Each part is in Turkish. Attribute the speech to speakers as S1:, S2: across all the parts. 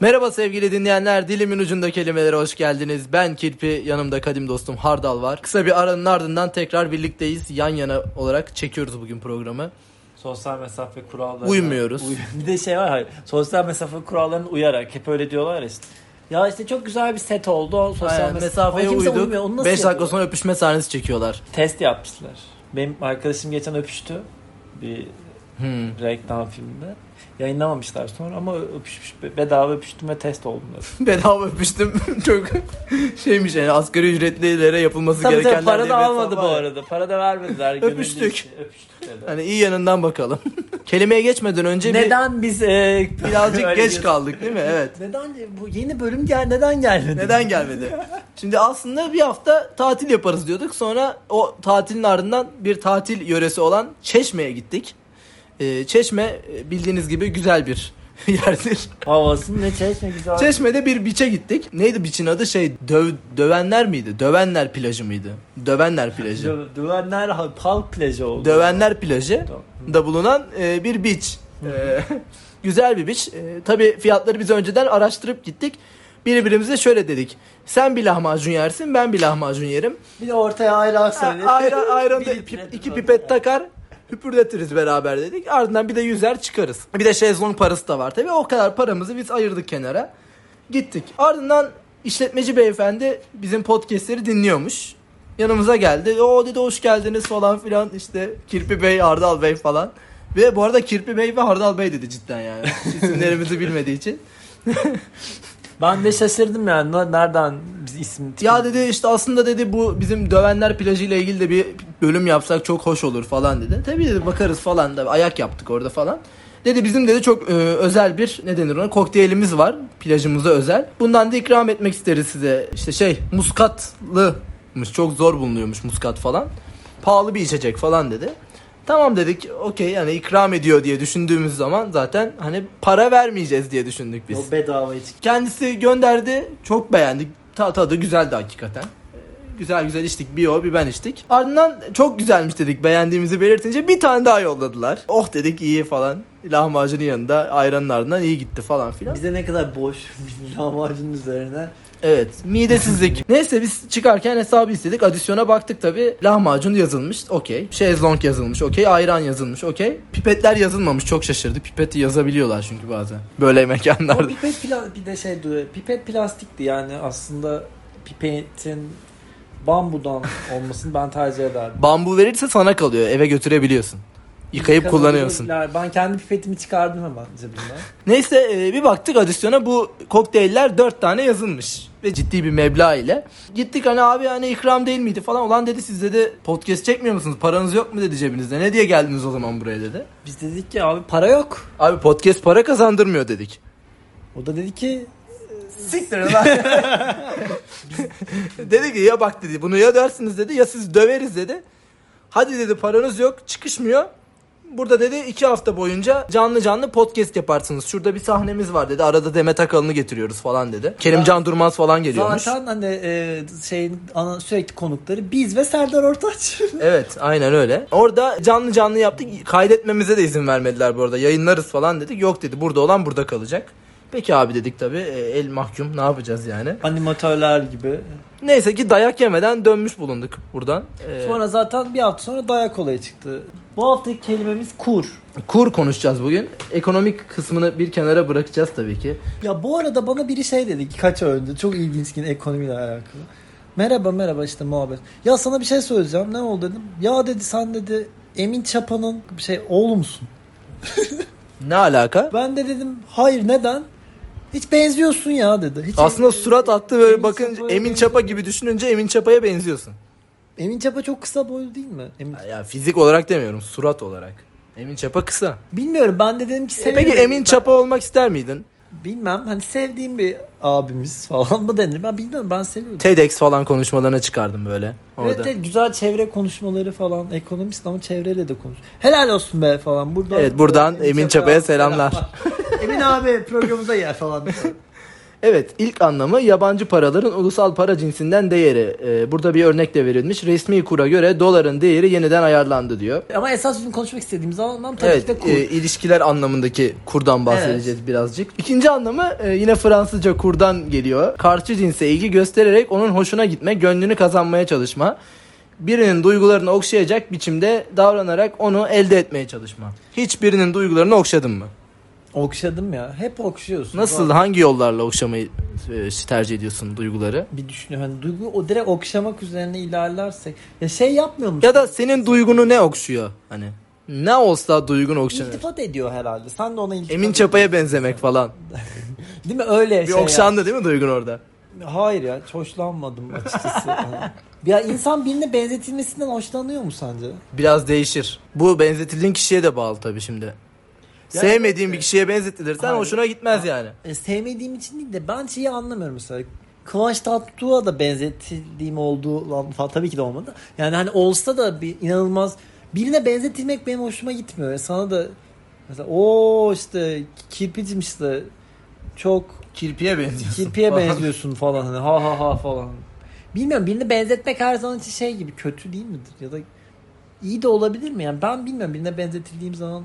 S1: Merhaba sevgili dinleyenler, dilimin ucunda kelimelere hoş geldiniz. Ben Kirpi, yanımda kadim dostum Hardal var. Kısa bir aranın ardından tekrar birlikteyiz. Yan yana olarak çekiyoruz bugün programı.
S2: Sosyal mesafe kurallarına
S1: Uymuyoruz.
S2: Uy- bir de şey var hayır. Sosyal mesafe kurallarına uyarak hep öyle diyorlar ya işte. Ya işte çok güzel bir set oldu. O sosyal
S1: Aynen,
S2: mes-
S1: mesafeye
S2: Ama kimse uymuyor. Onu
S1: uyduk.
S2: nasıl
S1: 5 dakika
S2: yapıyor?
S1: sonra öpüşme sahnesi çekiyorlar.
S2: Test yapmışlar. Benim arkadaşım geçen öpüştü. Bir
S1: Hmm.
S2: reklam filminde. Yayınlamamışlar sonra ama öpüşmüş. Be- Bedava öpüştüm ve test oldum dedi.
S1: Bedava öpüştüm. Çok şeymiş yani asgari ücretlilere yapılması
S2: Tabii
S1: gerekenler
S2: tabii para
S1: diye
S2: da
S1: bir hesap
S2: almadı bu
S1: var.
S2: arada. Para da vermediler. Gönüllü
S1: Öpüştük.
S2: işte, Öpüştük dedi.
S1: Hani iyi yanından bakalım. Kelimeye geçmeden önce bir,
S2: Neden biz e,
S1: birazcık
S2: öyle
S1: geç
S2: diyoruz?
S1: kaldık değil mi? Evet.
S2: Neden bu yeni bölüm gel neden gelmedi?
S1: Neden gelmedi? Şimdi aslında bir hafta tatil yaparız diyorduk. Sonra o tatilin ardından bir tatil yöresi olan Çeşme'ye gittik. Ee, Çeşme e, bildiğiniz gibi güzel bir yerdir.
S2: Havasını ne çeşme güzel.
S1: Çeşme'de bir biçe gittik. Neydi biçin adı? Şey döv, dövenler miydi? Dövenler plajı mıydı? Dövenler plajı.
S2: Dö- Dövenler ha- halk plajı oldu.
S1: Dövenler plajı
S2: Tamam.
S1: da bulunan e, bir beach. E, güzel bir beach. E, tabii fiyatları biz önceden araştırıp gittik. Birbirimize şöyle dedik. Sen bir lahmacun yersin, ben bir lahmacun yerim.
S2: Bir de ortaya ayran söyle.
S1: Ayran, ayran da
S2: Bir litre
S1: pip- iki
S2: tuz
S1: pipet
S2: atın.
S1: takar hüpürdetiriz beraber dedik. Ardından bir de yüzer çıkarız. Bir de şezlong parası da var tabii. O kadar paramızı biz ayırdık kenara. Gittik. Ardından işletmeci beyefendi bizim podcastleri dinliyormuş. Yanımıza geldi. O dedi hoş geldiniz falan filan işte Kirpi Bey, Hardal Bey falan. Ve bu arada Kirpi Bey ve Hardal Bey dedi cidden yani. İsimlerimizi bilmediği için.
S2: Ben de şaşırdım yani Na- nereden biz isim tipi-
S1: Ya dedi işte aslında dedi bu bizim dövenler plajı ile ilgili de bir bölüm yapsak çok hoş olur falan dedi. Tabii dedi bakarız falan da ayak yaptık orada falan. Dedi bizim dedi çok e, özel bir ne denir ona kokteylimiz var plajımıza özel. Bundan da ikram etmek isteriz size. İşte şey muskatlımış çok zor bulunuyormuş muskat falan. Pahalı bir içecek falan dedi. Tamam dedik okey yani ikram ediyor diye düşündüğümüz zaman zaten hani para vermeyeceğiz diye düşündük biz.
S2: O bedava içki.
S1: Kendisi gönderdi. Çok beğendik. Ta tadı güzeldi hakikaten. Ee, Güzel güzel içtik. Bir o bir ben içtik. Ardından çok güzelmiş dedik. Beğendiğimizi belirtince bir tane daha yolladılar. Oh dedik iyi falan. Lahmacunun yanında ayranın ardından iyi gitti falan filan.
S2: Bize ne kadar boş bir lahmacunun üzerine.
S1: Evet midesizlik. Neyse biz çıkarken hesabı istedik. Adisyona baktık tabi. Lahmacun yazılmış okey. Şezlong yazılmış okey. Ayran yazılmış okey. Pipetler yazılmamış çok şaşırdık. Pipeti yazabiliyorlar çünkü bazen. Böyle
S2: O
S1: mekanlarda.
S2: pipet pla- bir de şey du- pipet plastikti yani aslında pipetin bambudan olmasını ben tercih ederdim.
S1: Bambu verirse sana kalıyor. Eve götürebiliyorsun. Yıkayıp kullanıyorsun.
S2: Ben kendi pipetimi çıkardım hemen cebimden.
S1: Neyse e, bir baktık adisyona bu kokteyller 4 tane yazılmış. Ve ciddi bir meblağ ile. Gittik hani abi hani ikram değil miydi falan. Ulan dedi siz dedi podcast çekmiyor musunuz? Paranız yok mu dedi cebinizde. Ne diye geldiniz o zaman buraya dedi.
S2: Biz dedik ki abi para yok.
S1: Abi podcast para kazandırmıyor dedik.
S2: O da dedi ki
S1: Siktir lan. dedi ki ya bak dedi bunu ya dersiniz dedi ya siz döveriz dedi. Hadi dedi paranız yok çıkışmıyor. Burada dedi iki hafta boyunca canlı canlı podcast yaparsınız. Şurada bir sahnemiz var dedi. Arada Demet Akalın'ı getiriyoruz falan dedi. Kerimcan Durmaz falan geliyormuş.
S2: zaten hani e, şeyin ana, sürekli konukları biz ve Serdar Ortaç.
S1: Evet aynen öyle. Orada canlı canlı yaptık. Kaydetmemize de izin vermediler bu arada. Yayınlarız falan dedik. Yok dedi burada olan burada kalacak. Peki abi dedik tabii. E, El mahkum ne yapacağız yani.
S2: Animatörler gibi.
S1: Neyse ki dayak yemeden dönmüş bulunduk buradan. Ee,
S2: Sonra zaten bir hafta sonra dayak olayı çıktı. Bu haftaki kelimemiz kur.
S1: Kur konuşacağız bugün. Ekonomik kısmını bir kenara bırakacağız tabii ki.
S2: Ya bu arada bana biri şey dedi kaç önce çok ilginç yine ekonomiyle alakalı. Merhaba merhaba işte muhabbet. Ya sana bir şey söyleyeceğim ne oldu dedim. Ya dedi sen dedi Emin Çapa'nın şey oğlu musun?
S1: Ne alaka?
S2: Ben de dedim hayır neden? Hiç benziyorsun ya dedi. Hiç
S1: Aslında surat attı böyle
S2: Emin
S1: bakınca
S2: Çapa'ya
S1: Emin Çapa gibi düşününce Emin Çapa'ya benziyorsun.
S2: Emin Çapa çok kısa boylu değil mi? Emin...
S1: Ya fizik olarak demiyorum, surat olarak. Emin Çapa kısa.
S2: Bilmiyorum ben de dedim ki
S1: E
S2: severim.
S1: peki Emin
S2: Ben-
S1: Çapa olmak ister miydin?
S2: Bilmem hani sevdiğim bir abimiz falan mı denir? Ben bilmiyorum ben seviyorum.
S1: TEDx falan konuşmalarına çıkardım böyle. Orada.
S2: Evet, evet, güzel çevre konuşmaları falan ekonomist ama çevreyle de konuş. Helal olsun be falan. Buradan
S1: Evet, buradan Emin Çapa'ya selamlar.
S2: Emin abi programımıza gel falan.
S1: Evet ilk anlamı yabancı paraların ulusal para cinsinden değeri. Ee, burada bir örnek de verilmiş. Resmi kura göre doların değeri yeniden ayarlandı diyor.
S2: Ama esas bizim konuşmak istediğimiz anlam tabii ki de
S1: Evet
S2: kur.
S1: e, ilişkiler anlamındaki kurdan bahsedeceğiz birazcık. İkinci anlamı e, yine Fransızca kurdan geliyor. Karşı cinse ilgi göstererek onun hoşuna gitme, gönlünü kazanmaya çalışma. Birinin duygularını okşayacak biçimde davranarak onu elde etmeye çalışma. Hiçbirinin duygularını okşadın mı?
S2: Okşadım ya. Hep okşuyorsun.
S1: Nasıl hangi yollarla okşamayı e, tercih ediyorsun duyguları?
S2: bir düşünüyorum. Hani duygu o direkt okşamak üzerine ilerlersek. Ya şey yapmıyor musun?
S1: Ya da senin duygunu ne okşuyor hani? Ne olsa duygun okşanır.
S2: İltifat ediyor herhalde. Sen de ona iltifat
S1: Emin Çapa'ya benzemek falan.
S2: Değil mi? Öyle
S1: Bir
S2: şey.
S1: okşandı değil mi duygun orada?
S2: Ya. Hayır ya. hiç Hoşlanmadım açıkçası. ya insan birine benzetilmesinden hoşlanıyor mu sence?
S1: Biraz değişir. Bu benzetildiğin kişiye de bağlı tabii şimdi.
S2: Yani-
S1: Sevmediğin bir kişiye benzetilirsen
S2: Hayır.
S1: hoşuna gitmez yani.
S2: E, sevmediğim için değil de ben şeyi anlamıyorum mesela. Kıvanç Tatlıtuğ'a da benzetildiğim olduğu lan falan tabii ki de olmadı. Yani hani olsa da bir inanılmaz birine benzetilmek benim hoşuma gitmiyor. Yani sana da mesela o işte kirpicim işte çok
S1: Kirpiye benziyorsun.
S2: kirpiye benziyorsun falan hani ha ha ha falan. Bilmiyorum birini benzetmek her zaman için şey gibi kötü değil midir ya da iyi de olabilir mi? Yani ben bilmiyorum birine benzetildiğim zaman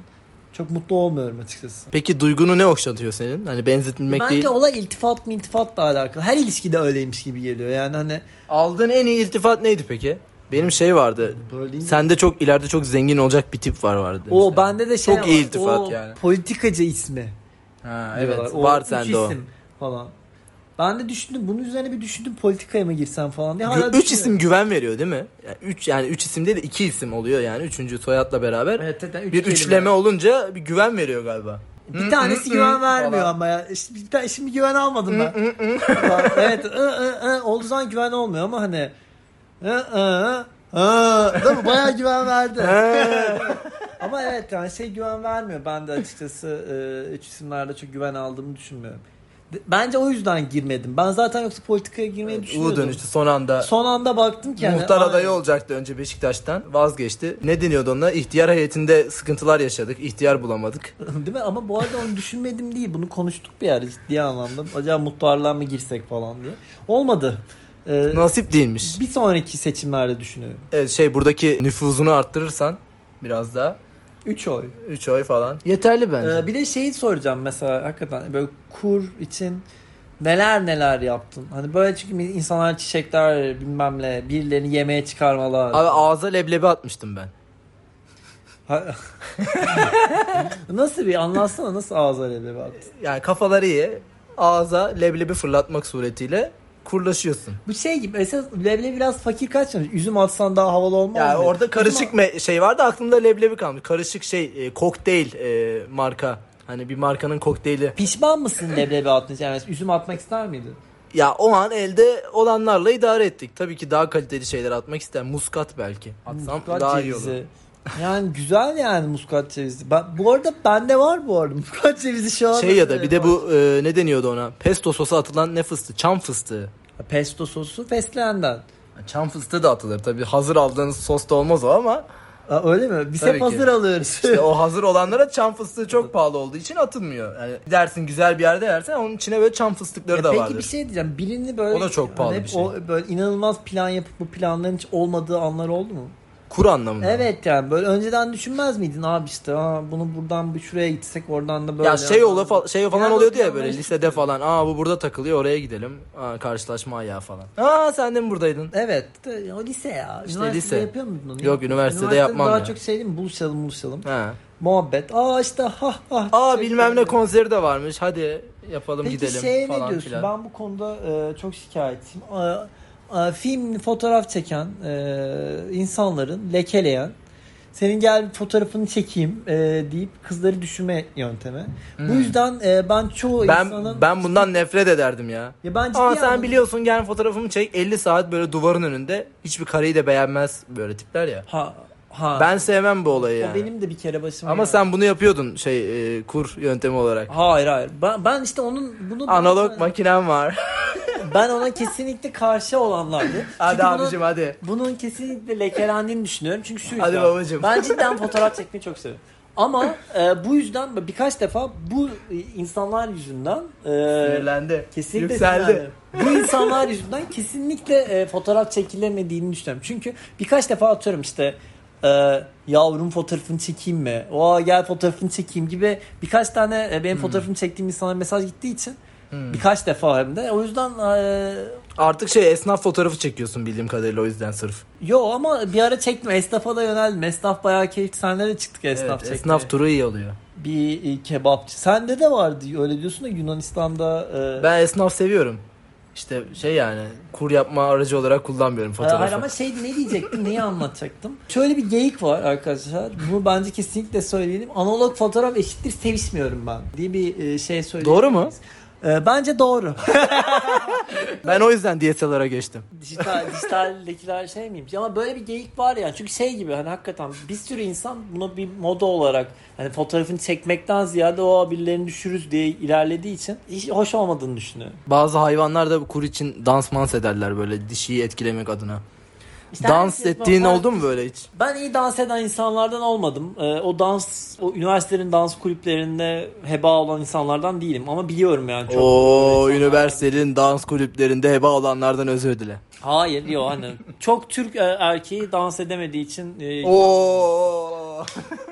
S2: çok mutlu olmuyorum açıkçası.
S1: Peki duygunu ne okşatıyor senin? Hani benzetilmek
S2: Bence
S1: değil.
S2: olay iltifat mı iltifatla alakalı. Her ilişkide öyleymiş gibi geliyor. Yani hani
S1: Aldığın en iyi iltifat neydi peki? Benim şey vardı.
S2: böyle değil mi?
S1: Sende çok ileride çok zengin olacak bir tip var vardı.
S2: o
S1: demişler.
S2: bende de şey
S1: Çok
S2: var.
S1: iyi iltifat
S2: O
S1: yani.
S2: Politikacı ismi.
S1: Ha, evet
S2: diyorlar. O
S1: var
S2: üç
S1: sende o.
S2: isim Falan. Ben de düşündüm bunun üzerine bir düşündüm politikaya mı girsem falan diye. Hala
S1: Gü- üç
S2: düşünüyorum.
S1: isim güven veriyor değil mi? Yani üç yani üç isim değil de iki isim oluyor yani üçüncü soyadla beraber.
S2: Evet, zaten üç
S1: bir
S2: kelime.
S1: üçleme olunca bir güven veriyor galiba.
S2: Bir tanesi güven vermiyor
S1: falan.
S2: ama ya. İşte bir tane şimdi güven almadım ben. Falan. evet, ı, ı, ı. olduğu zaman güven olmuyor ama hani ı, ı, ı. Değil mi? Bayağı güven verdi. ama evet yani şey güven vermiyor. Ben de açıkçası e, üç isimlerde çok güven aldığımı düşünmüyorum. D- Bence o yüzden girmedim. Ben zaten yoksa politikaya girmeyi
S1: U
S2: düşünüyordum.
S1: dönüştü son anda.
S2: Son anda baktım ki hani,
S1: Muhtar
S2: "Ay,
S1: adayı olacaktı önce Beşiktaş'tan. Vazgeçti. Ne deniyordu ona? İhtiyar heyetinde sıkıntılar yaşadık. İhtiyar bulamadık.
S2: Değil mi? Ama bu arada onu düşünmedim değil. Bunu konuştuk bir yer ciddi anlamda. Acaba muhtarlığa mı girsek falan diye. Olmadı. Ee,
S1: Nasip değilmiş.
S2: bir sonraki seçimlerde düşünüyorum.
S1: Evet, şey buradaki nüfuzunu arttırırsan biraz daha
S2: 3 oy.
S1: 3 oy falan. Yeterli bence.
S2: Ee, bir de şeyi soracağım mesela hakikaten böyle kur için neler neler yaptın? Hani böyle çünkü insanlar çiçekler verir, bilmem ne birilerini yemeğe çıkarmalar.
S1: Abi ağza leblebi atmıştım ben.
S2: Ha- nasıl bir anlatsana nasıl ağza leblebi attın?
S1: Yani kafaları iyi. Ağza leblebi fırlatmak suretiyle kurlaşıyorsun.
S2: Bu şey gibi esas leblebi biraz fakir kaçmış. Üzüm atsan daha havalı olmaz
S1: Yani
S2: mı?
S1: orada
S2: Üzüm-
S1: karışık me- şey vardı aklımda leblebi kalmış. Karışık şey e, kokteyl e, marka. Hani bir markanın kokteyli.
S2: Pişman mısın leblebi atmak yani üzüm atmak ister miydin?
S1: Ya o an elde olanlarla idare ettik. Tabii ki daha kaliteli şeyler atmak ister. Muskat belki. Atsam
S2: Muskat
S1: daha iyi olur.
S2: cevizi. Yani güzel yani muskat cevizi. Ben, bu arada bende var bu arada muskat cevizi şu an.
S1: Şey ya da bir de bu e, ne deniyordu ona? Pesto sosu atılan ne fıstığı? Çam fıstığı.
S2: pesto sosu fesleğenden.
S1: Çam fıstığı da atılır. Tabii hazır aldığınız sos da olmaz o ama
S2: Aa, öyle mi? Biz
S1: Tabii
S2: hep
S1: ki.
S2: hazır alıyoruz.
S1: işte o hazır olanlara çam fıstığı çok pahalı olduğu için atılmıyor. Yani dersin güzel bir yerde yersen onun içine böyle çam fıstıkları
S2: Ya
S1: da
S2: peki
S1: vardır.
S2: bir şey diyeceğim. Birini böyle
S1: O da çok pahalı
S2: hep
S1: bir şey.
S2: o böyle inanılmaz plan yapıp bu planların hiç olmadığı anlar oldu mu?
S1: Kur anlamında.
S2: Evet yani böyle önceden düşünmez miydin abi işte aa, bunu buradan bir şuraya gitsek oradan da böyle.
S1: ya şey ola fa- şey falan
S2: Genelde
S1: oluyordu ya
S2: planlar
S1: böyle
S2: hiç
S1: lisede falan. Aa bu burada takılıyor oraya gidelim. Aa karşılaşma ayağı falan. Aa sen de mi buradaydın?
S2: Evet. de- O lise ya.
S1: İşte
S2: Üniversitede
S1: lise.
S2: yapıyor muydun onu?
S1: Yok, üniversitede yapmam
S2: daha
S1: ya.
S2: çok şey değil mi? Buluşalım buluşalım.
S1: Ha.
S2: Muhabbet. Aa işte ha ha.
S1: Aa
S2: Şey-
S1: bilmem ne konseri de varmış. Hadi yapalım
S2: Peki
S1: gidelim
S2: şeye ne
S1: falan
S2: diyorsun?
S1: filan.
S2: Ben bu konuda e, çok şikayetçiyim. Aa, aa, film fotoğraf çeken e, insanların lekeleyen senin gel bir fotoğrafını çekeyim e, deyip kızları düşürme yöntemi. Bu yüzden e, ben çoğu
S1: Hmm. Ben
S2: insanın
S1: ben bundan nefret ederdim ya.
S2: ya ben ciddi
S1: Ama sen
S2: anlamda-
S1: biliyorsun gel fotoğrafımı çek 50 saat böyle duvarın önünde hiçbir kareyi de beğenmez böyle tipler ya.
S2: ha ha
S1: Ben sevmem bu olayı
S2: o
S1: yani.
S2: benim de bir kere başıma
S1: Ama
S2: geldi.
S1: sen bunu yapıyordun şey e, kur yöntemi olarak.
S2: Hayır hayır. Ben, ben işte onun bunu
S1: Analog makinem var.
S2: Ben ona kesinlikle karşı olanlardı.
S1: hadi
S2: Çünkü bunun-
S1: abicim hadi.
S2: Bunun kesinlikle lekelendiğini düşünüyorum. Çünkü şu
S1: Hadi
S2: yüzden.
S1: babacım.
S2: Ben cidden fotoğraf çekmeyi çok seviyorum. Ama e, bu yüzden birkaç defa bu e, insanlar yüzünden e,
S1: Sinirlendi.
S2: Kesinlikle
S1: Yükseldi.
S2: sinirlendim. Bu insanlar yüzünden kesinlikle e, fotoğraf çekilemediğini düşünüyorum. Çünkü birkaç defa atıyorum işte e, yavrum fotoğrafını çekeyim mi? Oha gel fotoğrafını çekeyim gibi birkaç tane e, benim
S1: Hmm.
S2: fotoğrafımı çektiğim insana mesaj gittiği için birkaç defa hem de. O yüzden e,
S1: Artık şey esnaf fotoğrafı çekiyorsun bildiğim kadarıyla o yüzden sırf.
S2: yo ama bir ara çektim. Esnafa da yöneldim. Esnaf bayağı keyifli. Senle de çıktık esnaf
S1: Esnaf, evet,
S2: çekmeye.
S1: esnaf turu iyi oluyor.
S2: Bir e, kebapçı.
S3: Sende de vardı öyle diyorsun da Yunanistan'da e,
S1: Ben esnaf seviyorum. İşte şey yani kur yapma aracı olarak kullanmıyorum
S2: Hayır
S1: fotoğrafı.
S2: hayır ama şey ne diyecektim? Neyi anlatacaktım? Şöyle bir geyik var arkadaşlar. Bunu bence kesinlikle söyleyelim. Analog fotoğraf eşittir sevişmiyorum ben diye bir e, şey söyleyelim.
S1: Doğru mu?
S2: E, bence doğru.
S1: Ben o yüzden DSLR'a geçtim.
S2: dijital dijitaldekiler şey miymiş? Ama böyle bir geyik var ya. Çünkü şey gibi hani hakikaten bir sürü insan bunu bir moda olarak hani fotoğrafını çekmekten ziyade o birilerini düşürürüz diye ilerlediği için hiç hoş olmadığını düşünüyor.
S1: Bazı hayvanlar da kur için dans mans ederler böyle dişiyi etkilemek adına.
S2: İşte
S1: dans
S2: herkes
S1: ettiğin
S2: normal-
S1: oldu mu böyle hiç?
S2: Ben iyi dans eden insanlardan olmadım. Ee, o dans, o üniversitenin dans kulüplerinde heba olan insanlardan değilim. Ama biliyorum yani çok.
S1: Oo
S2: insanlar-
S1: üniversitenin dans kulüplerinde heba olanlardan özür dile.
S2: Hayır yok hani. çok Türk e, erkeği dans edemediği için. e,
S1: Oo.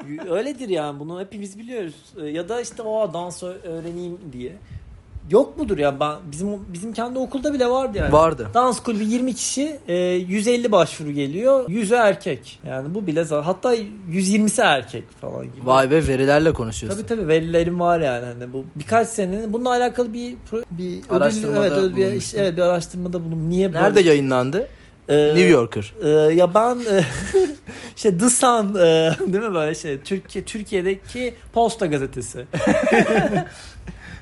S2: y- Öyledir yani bunu hepimiz biliyoruz. E, ya da işte o dans ö- öğreneyim diye. Yok mudur ya ben bizim bizim kendi okulda bile vardı yani.
S1: Vardı.
S2: Dans kulübü 20 kişi e, 150 başvuru geliyor. 100'ü erkek. Yani bu bile zar- hatta 120'si erkek falan gibi.
S1: Vay be verilerle konuşuyorsun.
S2: Tabii tabii verilerim var yani hani bu birkaç senenin bununla alakalı bir pro- bir ödül-
S1: Araştırmada
S2: evet, ödül- bir,
S1: bulunmuşsun.
S2: evet bir araştırmada bulundum. Niye böyle-
S1: Nerede yayınlandı?
S2: Ee,
S1: New Yorker.
S2: e, ya ben e, şey The Sun e, değil mi böyle şey Türkiye Türkiye'deki Posta gazetesi.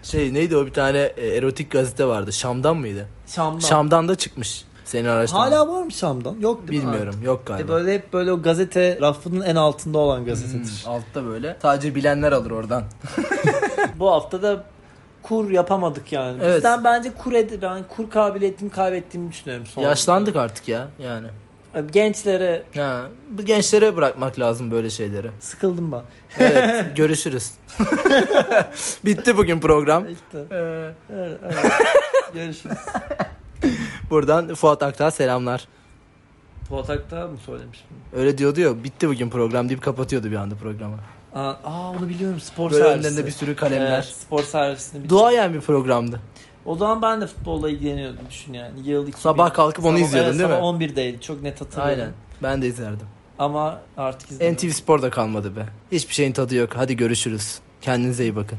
S1: Şey neydi o bir tane e, erotik gazete vardı. Şam'dan mıydı?
S2: Şam'dan.
S1: Şam'dan da çıkmış. Senin araştırman.
S2: Hala var mı Şam'dan? Yok değil mi?
S1: bilmiyorum. Yok
S2: Ha,
S1: galiba.
S2: Böyle hep böyle o gazete rafının en altında olan
S1: Hmm,
S2: gazetedir.
S1: altta böyle. Sadece bilenler alır oradan.
S2: Bu hafta da kur yapamadık yani.
S1: Hmm. Evet.
S2: Bizden bence kur ed- ben kur kabiliyetimi kaybettiğimi düşünüyorum son.
S1: Yaşlandık artık ya yani.
S2: Gençlere
S1: Ha, bu gençlere bırakmak lazım böyle şeyleri.
S2: sıkıldım ben.
S1: Evet, görüşürüz. Bitti bugün program.
S2: İşte.
S1: Ee,
S2: Evet, evet. Görüşürüz.
S1: Buradan Fuat Aktağ selamlar.
S2: Fuat Aktağ mı söylemiş bunu?
S1: Öyle diyordu ya bitti bugün program deyip kapatıyordu bir anda programı.
S2: Aa, aa onu biliyorum spor
S1: Böyle
S2: servisi.
S1: önlerinde bir sürü
S2: Evet,
S1: kalemler.
S2: spor servisini biliyorum.
S1: Duayen bir programdı.
S2: O zaman ben de futbolla ilgileniyordum düşün yani. Yıl 2000.
S1: Sabah kalkıp onu
S2: Sabah-
S1: izliyordun
S2: evet,
S1: değil mi?
S2: Sabah 11'deydi çok net hatırlıyorum.
S1: Aynen. Ben de izlerdim.
S2: Ama artık izlemiyorum.
S1: NTV Spor da kalmadı be. Hiçbir şeyin tadı yok. Hadi görüşürüz. Kendinize iyi bakın.